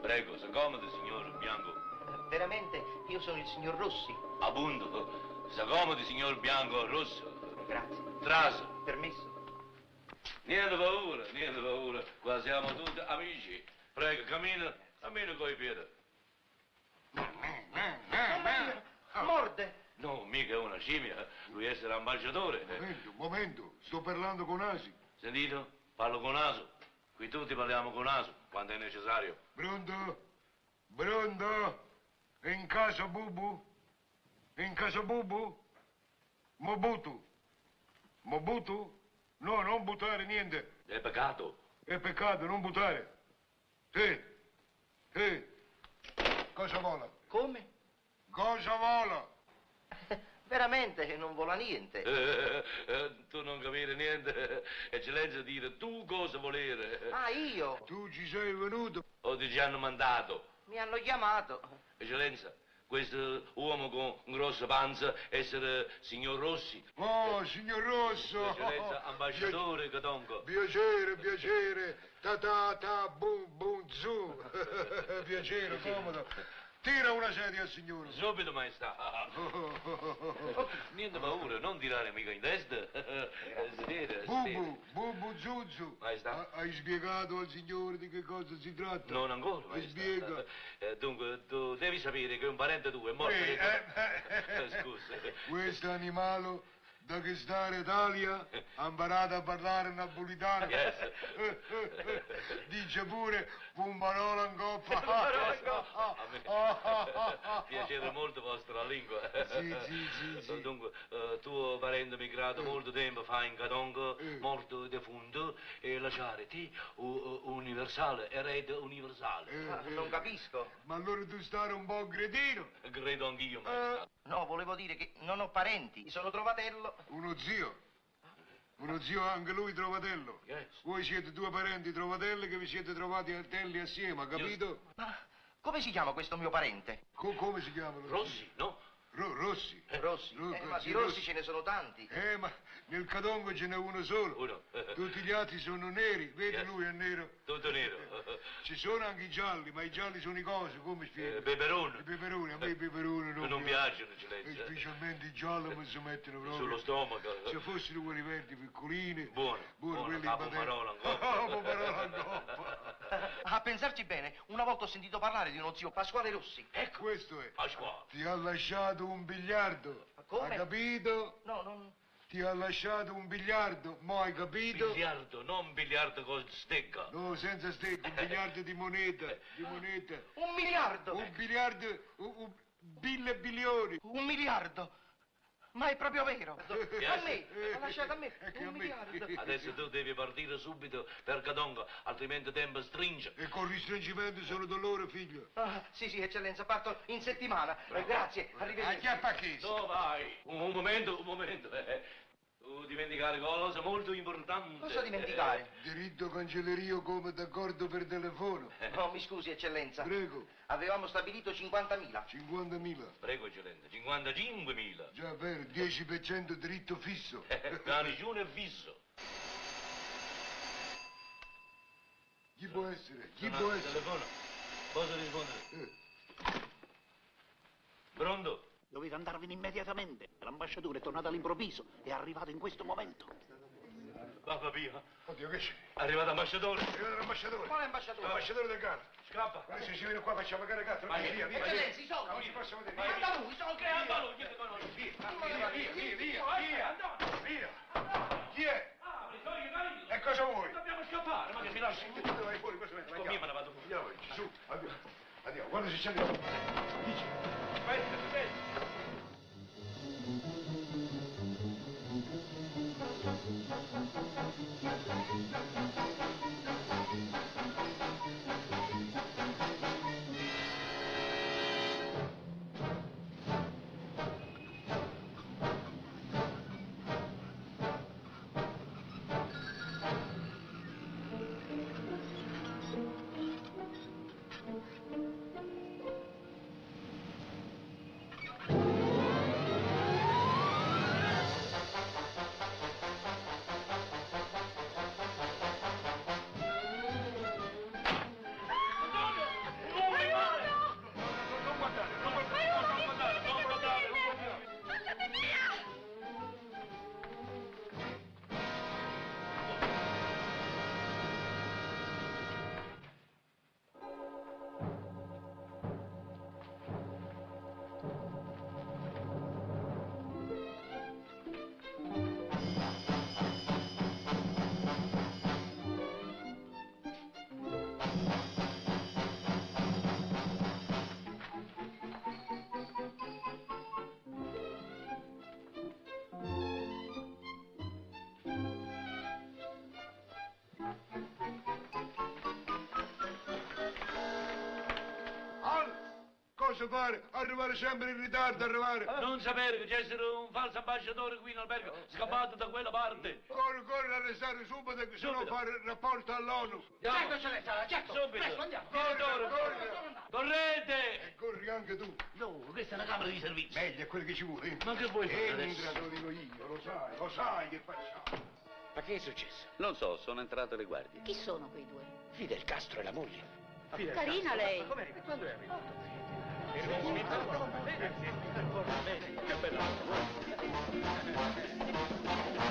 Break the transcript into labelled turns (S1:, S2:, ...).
S1: Prego, s'accomodi, signor Bianco.
S2: Veramente, io sono il signor Rossi.
S1: Appunto, s'accomodi, signor Bianco Rosso.
S2: Grazie.
S1: Traso.
S2: Permesso.
S1: Niente paura, niente paura. Qua siamo tutti amici. Prego, cammina, cammina coi piedi.
S3: Ah,
S2: Mamma mia, Morde.
S1: No, mica è una scimmia, eh. lui è essere ambasciatore. eh.
S3: Un momento, un momento, sto parlando con Asi.
S1: Sentito? Parlo con naso. Qui tutti parliamo con naso, quando è necessario.
S3: Pronto? Pronto? In casa Bubu? In casa Bubu? Mobutu? Mobutu? No, non buttare niente.
S1: È peccato.
S3: È peccato, non buttare. Sì. Sì. Cosa vola?
S2: Come?
S3: Cosa vola?
S2: Veramente non vola niente.
S1: Eh, eh, tu non capire niente. Eccellenza dire tu cosa volere.
S2: Ah, io.
S3: Tu ci sei venuto?
S1: O ti ci hanno mandato.
S2: Mi hanno chiamato. Ah,
S1: Eccellenza, questo uomo con grossa panza essere signor Rossi.
S3: Oh, signor Rosso!
S1: Eccellenza, ambasciatore Catonco.
S3: Piacere, piacere, ta ta ta, bum bum zu. piacere, comodo. Tira una sedia al signore.
S1: Subito, maestà. Niente paura, non tirare mica in testa. Sedere, sedere.
S3: Bubu, bubu zuzzu.
S1: Maestà.
S3: Ha- Hai spiegato al signore di che cosa si tratta?
S1: Non ancora,
S3: Mi
S1: maestà.
S3: spiega.
S1: Eh, dunque, tu devi sapere che un parente tuo è morto.
S3: Sì,
S1: di-
S3: eh, beh.
S1: Scusa.
S3: Questo animale da che stare Italia ha imparato a parlare napolitano.
S1: Yes.
S3: Dice pure un parola in coppa.
S1: A me- Piacere molto vostra lingua.
S3: Sì, sì, sì, sì. Eh.
S1: Dunque, eh, tuo parente migrato molto tempo fa in Gadongo, morto defunto, e lasciare te u- universale, erede
S3: Eh,
S1: universale.
S2: Ah,
S3: Mm-hmm.
S2: Non capisco.
S3: Ma allora tu stare un po' cretino?
S1: Credo anch'io, maestà.
S3: Eh.
S2: No, volevo dire che non ho parenti. Sono trovatello.
S3: Uno zio. Uno zio anche lui trovatello.
S1: Yes.
S3: Voi siete due parenti trovatelli che vi siete trovati a telli assieme, ha capito?
S2: Ma come si chiama questo mio parente?
S3: Co- come si chiamano?
S1: Rossi, no?
S3: Ro- Rossi.
S2: Rossi.
S3: Ro-
S2: Eh, ma
S3: Rossi,
S2: di Rossi
S3: Rossi.
S2: ce ne sono tanti.
S3: Eh, ma nel Cadongo ce n'è uno solo.
S1: Uno.
S3: Tutti gli altri sono neri, vedi
S1: Yes.
S3: lui è nero.
S1: Tutto nero.
S3: Ci sono anche i gialli, ma i gialli sono i cosi, come spiego?
S1: Eh,
S3: I
S1: Beberone.
S3: peperoni, a me i peperoni non,
S1: Non piacciono, eccellenza.
S3: E specialmente i gialli mi si mettono proprio.
S1: Sullo stomaco.
S3: Se fossero quelli verdi piccolini.
S1: Buono, buono,
S3: quelli
S1: ah,
S3: in patente.
S1: pomarola in coppa.
S3: Ah, pomarola in coppa.
S2: Ah, A pensarci bene, una volta ho sentito parlare di uno zio Pasquale Rossi.
S1: Ecco,
S3: Questo è.
S1: Pasquale.
S3: Ti ha lasciato un biliardo.
S2: Ma come?
S3: Hai capito?
S2: No, non.
S3: Ti ha lasciato un biliardo, mo hai capito?
S1: Biliardo, non biliardo con stecca.
S3: No, senza stecco, un biliardo di moneta, di moneta.
S2: Un miliardo!
S3: Un biliardo, un, un bille bilioni.
S2: Un miliardo! Ma è proprio vero! A me!
S3: Eh,
S2: ha lasciato a me!
S3: eh, che a
S2: Un
S3: me.
S2: miliardo!
S1: Adesso tu devi partire subito per Cadonga, altrimenti tempo stringe.
S3: E con ristringimento sono dolore, figlio.
S2: Ah, sì, sì, eccellenza, parto in settimana. Eh, grazie, arrivederci.
S3: chi?
S1: Dove vai? Un, un momento, un momento. eh. Tu dimenticare cosa molto Eh, importante.
S2: Cosa dimenticare?
S3: Diritto cancellerio come d'accordo per telefono.
S2: No, Oh, mi scusi, eccellenza.
S3: Prego,
S2: Avevamo stabilito 50.000.
S3: 50.000.
S1: Eh, Prego, Eccellente, 55.000.
S3: Già vero, 10% diritto fisso.
S1: Eh, Da regione fisso.
S3: Chi può essere? Chi
S1: No,
S3: può
S1: no,
S3: essere?
S1: Telefono. Posso rispondere?
S3: Eh,
S1: Pronto?
S4: Dovete andarvene immediatamente. L'ambasciatore è tornato all'improvviso. È arrivato in questo momento.
S1: Papà Pio,
S3: Oddio, che c'è?
S1: arrivato ambasciatore.
S3: Arrivato l'ambasciatore.
S2: Quale ambasciatore?
S3: L'ambasciatore del gatto.
S1: Scappa.
S3: Adesso ci viene qua, facciamo cagare gatto.
S1: Vai,
S3: Via, via, via.
S2: Eccellenza, i soldi!
S3: Non ci possono vedere. Via,
S2: Manda lui, i soldi!
S1: Eh, andalo, io ti conosco.
S3: via, via, via, via, via.
S1: Andalo.
S3: Via. Chi è?
S1: Ah, mi sono aiutato.
S3: E cosa vuoi?
S1: Dobbiamo scappare, ma che mi lasci?
S3: Tu vai fuori, questo
S1: Oh, mia, me ne vado fuori.
S3: Andiamo, su, andiamo. Andiamo, guarda se c'è andiamo. Dici.
S1: Aspetta, aspetta.
S5: Thank
S3: posso fare? Arrivare sempre in ritardo, arrivare.
S1: Non sapere che c'era un falso ambasciatore qui in albergo, scappato da quella parte.
S3: Occorre arrestare subito, che se no
S1: Subito.
S3: fare rapporto all'ONU.
S1: Andiamo.
S5: Certo, Celestala, certo.
S1: Subito.
S5: Presto, andiamo.
S1: Direttore,
S3: Corri,
S1: Correte!
S3: E corri anche tu.
S5: No, questa è una camera di servizio.
S3: Meglio è quello che ci vuole.
S1: Ma che vuoi fare adesso?
S3: Entra, te lo dico io, lo sai, lo sai che facciamo.
S6: Ma che è successo?
S7: Non so, sono entrate le guardie.
S8: Chi sono quei due?
S6: Fidel Castro e la moglie.
S8: Carina lei.
S7: Che bella.